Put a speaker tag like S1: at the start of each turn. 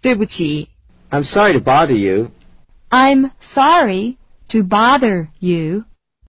S1: 对不起
S2: I'm sorry to bother you.
S3: I'm sorry to bother you.